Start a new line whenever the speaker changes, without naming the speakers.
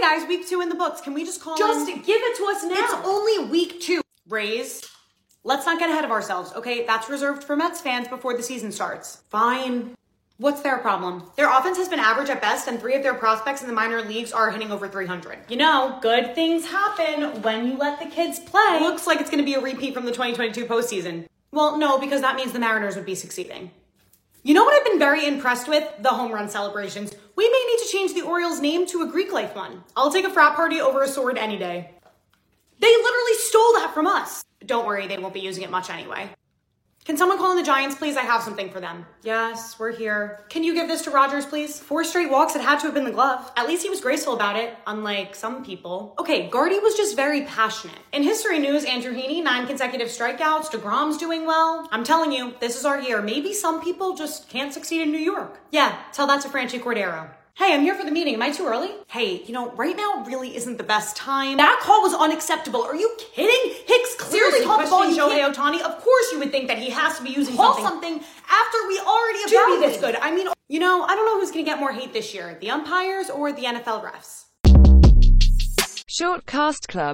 guys, week two in the books. Can we just call
Just
in?
give it to us
It's
now.
only week two. Raise. Let's not get ahead of ourselves, okay? That's reserved for Mets fans before the season starts. Fine. What's their problem? Their offense has been average at best, and three of their prospects in the minor leagues are hitting over 300.
You know, good things happen when you let the kids play.
It looks like it's going to be a repeat from the 2022 postseason. Well, no, because that means the Mariners would be succeeding. You know what I've been very impressed with? The home run celebrations. We may need to change the Orioles' name to a Greek life one. I'll take a frat party over a sword any day. They literally stole that from us. Don't worry, they won't be using it much anyway. Can someone call in the Giants, please? I have something for them. Yes, we're here. Can you give this to Rogers, please? Four straight walks, it had to have been the glove. At least he was graceful about it, unlike some people. Okay, Guardy was just very passionate. In history news, Andrew Heaney, nine consecutive strikeouts, DeGrom's doing well. I'm telling you, this is our year. Maybe some people just can't succeed in New York. Yeah, tell that to Franchi Cordero. Hey, I'm here for the meeting. Am I too early? Hey, you know, right now really isn't the best time. That call was unacceptable. Are you kidding? Hicks clearly
Seriously,
caught the ball. You
question
Shohei Otani. Of course, you would think that he has to be using
Call
something after we already
Do
evaluated.
this good.
I mean, you know, I don't know who's going to get more hate this year: the umpires or the NFL refs.
Short Cast Club